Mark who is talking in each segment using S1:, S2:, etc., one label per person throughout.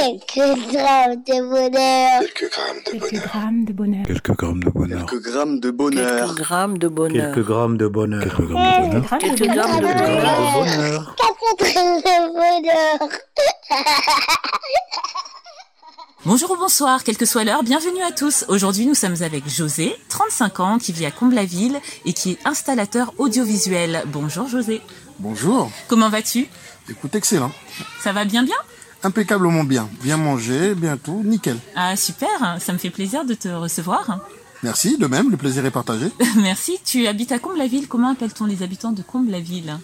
S1: Quelques grammes de bonheur.
S2: Quelques grammes de
S3: Quelques
S2: bonheur.
S3: grammes de bonheur.
S4: Quelques grammes de bonheur.
S5: Quelques grammes de bonheur.
S6: Quelques grammes de bonheur.
S7: Quelques grammes de bonheur.
S4: Quelques grammes
S3: Grammes de
S4: de bonheur.
S6: Quelques
S3: bonheur.
S6: grammes de bonheur.
S7: bonheur.
S1: Quatre grammes de bonheur.
S8: Bonjour ou bonsoir, quelle que soit l'heure, bienvenue à tous. Aujourd'hui, nous sommes avec José, 35 ans, qui vit à Comblaville et qui est installateur audiovisuel. Bonjour José.
S9: Bonjour,
S8: Comment vas-tu
S9: écoute, excellent.
S8: Ça va bien bien
S9: Impeccablement bien. Bien manger, bientôt, nickel.
S8: Ah super, ça me fait plaisir de te recevoir.
S9: Merci, de même, le plaisir est partagé.
S8: Merci. Tu habites à Comblaville, comment appelle-t-on les habitants de Comblaville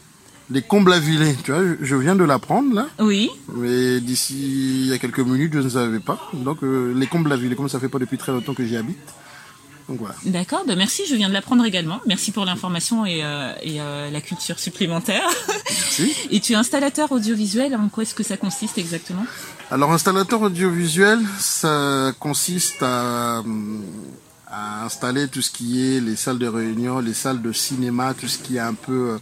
S9: Les comblavilés, tu vois, je viens de l'apprendre là,
S8: Oui.
S9: mais d'ici il y a quelques minutes, je ne savais pas. Donc euh, les comblavilés, comme ça fait pas depuis très longtemps que j'y habite. Donc voilà.
S8: D'accord, bah merci, je viens de l'apprendre également. Merci pour l'information et, euh, et, euh, la culture supplémentaire.
S9: Merci.
S8: Et tu es installateur audiovisuel, en quoi est-ce que ça consiste exactement
S9: Alors installateur audiovisuel, ça consiste à, hum, à installer tout ce qui est les salles de réunion, les salles de cinéma, tout ce qui est un peu euh,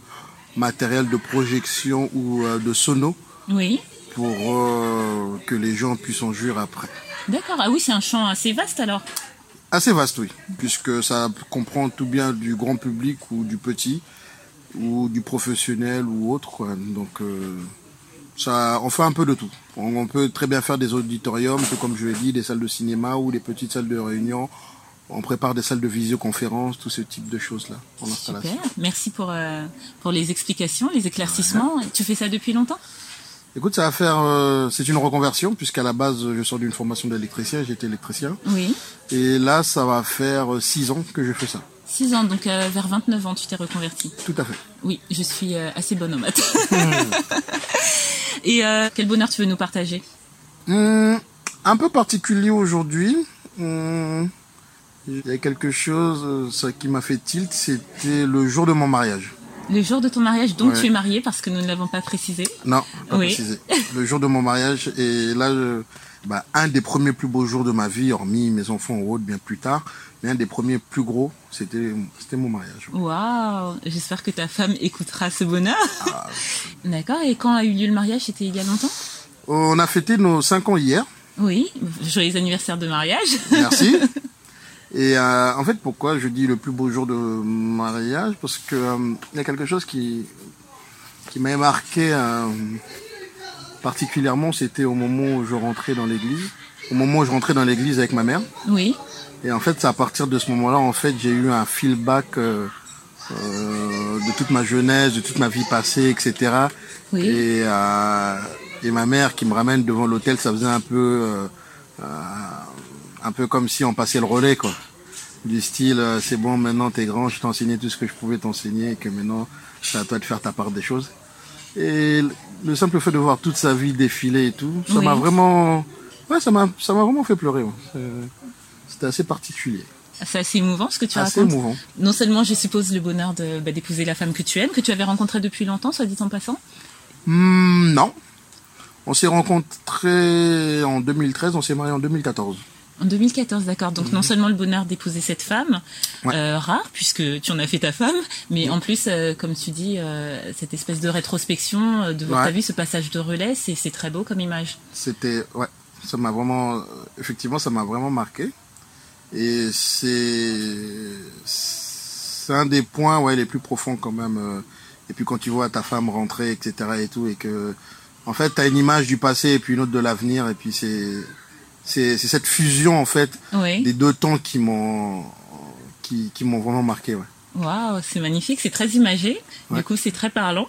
S9: matériel de projection ou euh, de sono.
S8: Oui.
S9: pour euh, que les gens puissent en jouir après.
S8: D'accord, ah oui, c'est un champ assez vaste alors.
S9: Assez vaste, oui, puisque ça comprend tout bien du grand public ou du petit, ou du professionnel ou autre. quoi. Donc, euh, ça, on fait un peu de tout. On, on peut très bien faire des auditoriums, tout comme je l'ai dit, des salles de cinéma ou des petites salles de réunion. On prépare des salles de visioconférence, tout ce type de choses-là pour
S8: Super,
S9: l'installation.
S8: merci pour, euh, pour les explications, les éclaircissements. Tu fais ça depuis longtemps
S9: Écoute, ça va faire, euh, c'est une reconversion, puisqu'à la base, je sors d'une formation d'électricien, j'étais électricien.
S8: Oui.
S9: Et là, ça va faire euh, six ans que je fais ça.
S8: 6 ans, donc euh, vers 29 ans, tu t'es reconverti.
S9: Tout à fait.
S8: Oui, je suis euh, assez bonne aux maths.
S9: Hmm.
S8: Et euh, quel bonheur tu veux nous partager
S9: Hum, un peu particulier aujourd'hui. Hum, Il y a quelque chose euh, ça, qui m'a fait tilt, c'était le jour de mon mariage.
S8: Le jour de ton mariage, donc
S9: Ouais.
S8: tu es marié parce que nous ne l'avons pas précisé.
S9: Non, pas
S8: Oui.
S9: précisé. Le jour de mon mariage. Et là, je- bah, un des premiers plus beaux jours de ma vie, hormis mes enfants ou autres bien plus tard, mais un des premiers plus gros, c'était c'était mon mariage.
S8: Waouh, j'espère que ta femme écoutera ce bonheur.
S9: Ah.
S8: D'accord, et quand a eu lieu le mariage C'était il y a longtemps
S9: On a fêté nos cinq ans hier.
S8: Oui, joyeux anniversaire de mariage.
S9: Merci. Et euh, en fait, pourquoi je dis le plus beau jour de mariage Parce que euh, il y a quelque chose qui qui m'a marqué euh, particulièrement. C'était au moment où je rentrais dans l'église, au moment où je rentrais dans l'église avec ma mère.
S8: oui,
S9: Et en fait, c'est à partir de ce moment-là, en fait, j'ai eu un feedback euh, euh, de toute ma jeunesse, de toute ma vie passée, etc.
S8: Oui.
S9: Et, euh, et ma mère qui me ramène devant l'hôtel, ça faisait un peu, euh, euh, un peu comme si on passait le relais, quoi. Du style, euh, c'est bon, maintenant t'es grand, je t'ai enseigné tout ce que je pouvais t'enseigner, et que maintenant c'est à toi de faire ta part des choses. Et le simple fait de voir toute sa vie défiler et tout, ça
S8: Oui.
S9: m'a vraiment, ouais, ça m'a, ça m'a vraiment fait pleurer. ouais. C'est- C'était assez particulier,
S8: c'est assez émouvant ce que tu
S9: assez
S8: racontes.
S9: émouvant.
S8: Non seulement je suppose le bonheur de, bah, d'épouser la femme que tu aimes, que tu avais rencontrée depuis longtemps, soit dit en passant.
S9: Hmm, non, on s'est rencontrés en 2013, on s'est mariés en 2014.
S8: En 2014, d'accord. Donc non seulement le bonheur d'épouser cette femme,
S9: Mhm. Ouais. Mhm.
S8: euh, rare puisque tu en as fait ta femme, mais en plus, euh, comme tu dis, euh, cette espèce de rétrospection, euh, de voir
S9: Ouais.
S8: ta vie, ce passage de relais, c'est, c'est très beau comme image.
S9: C'était, ouais, ça m'a vraiment, euh, effectivement, ça m'a vraiment marqué. Et c'est, c'est un des points, ouais, les plus profonds quand même. euh. Et puis quand tu vois ta femme rentrer, etc. et tout, et que, en fait, t'as une image du passé et puis une autre de l'avenir, et puis c'est, c'est, c'est cette fusion, en fait,
S8: Oui.
S9: des deux temps qui m'ont, qui, qui m'ont vraiment marqué, ouais.
S8: Waouh, c'est magnifique, c'est très imagé. Du
S9: Ouais.
S8: coup, c'est très parlant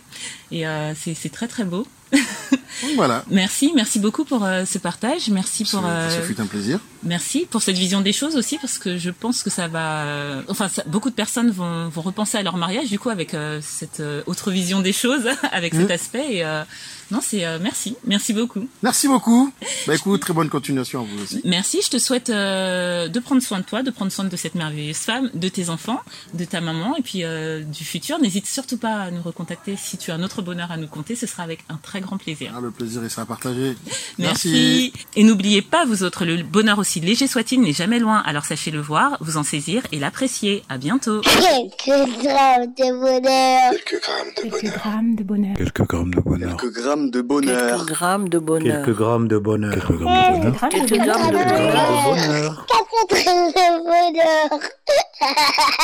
S8: et euh, c'est, c'est très très beau.
S9: Donc voilà.
S8: Merci, merci beaucoup pour euh, ce partage. Merci pour
S9: Ça- Ça
S8: euh,
S9: fut un plaisir.
S8: Merci pour cette vision des choses aussi, parce que je pense que ça va. euh, Enfin, ça- beaucoup de personnes vont, vont repenser à leur mariage, du coup, avec euh, cette euh, autre vision des choses, avec cet
S9: Mhm.
S8: aspect. Et euh, non, c'est euh, merci, merci beaucoup.
S9: Merci beaucoup. Bah écoute, très bonne continuation à vous aussi.
S8: Merci. Je te souhaite euh, de prendre soin de toi, de prendre soin de cette merveilleuse femme, de tes enfants, de ta maman, et puis euh, du futur. N'hésite surtout pas à nous recontacter si tu as un autre bonheur à nous compter. Ce sera avec un très grand plaisir.
S9: Ah, le plaisir, il sera partagé.
S8: Merci. Et n'oubliez pas, vous autres, le bonheur aussi léger soit-il n'est jamais loin. Alors sachez le voir, vous en saisir et l'apprécier. À bientôt.
S1: Quelques grammes de bonheur.
S2: Quelques grammes de
S3: Quelques
S2: bonheur.
S3: grammes de bonheur.
S4: Quelques grammes de bonheur.
S5: Quelques grammes
S2: grammes de bonheur.
S6: Quelques grammes de bonheur.
S3: Quelques grammes de bonheur.
S4: Quelques grammes de bonheur.
S6: Quelques grammes de bonheur.
S4: Quelques grammes de bonheur.
S1: Quatre-vingts de bonheur.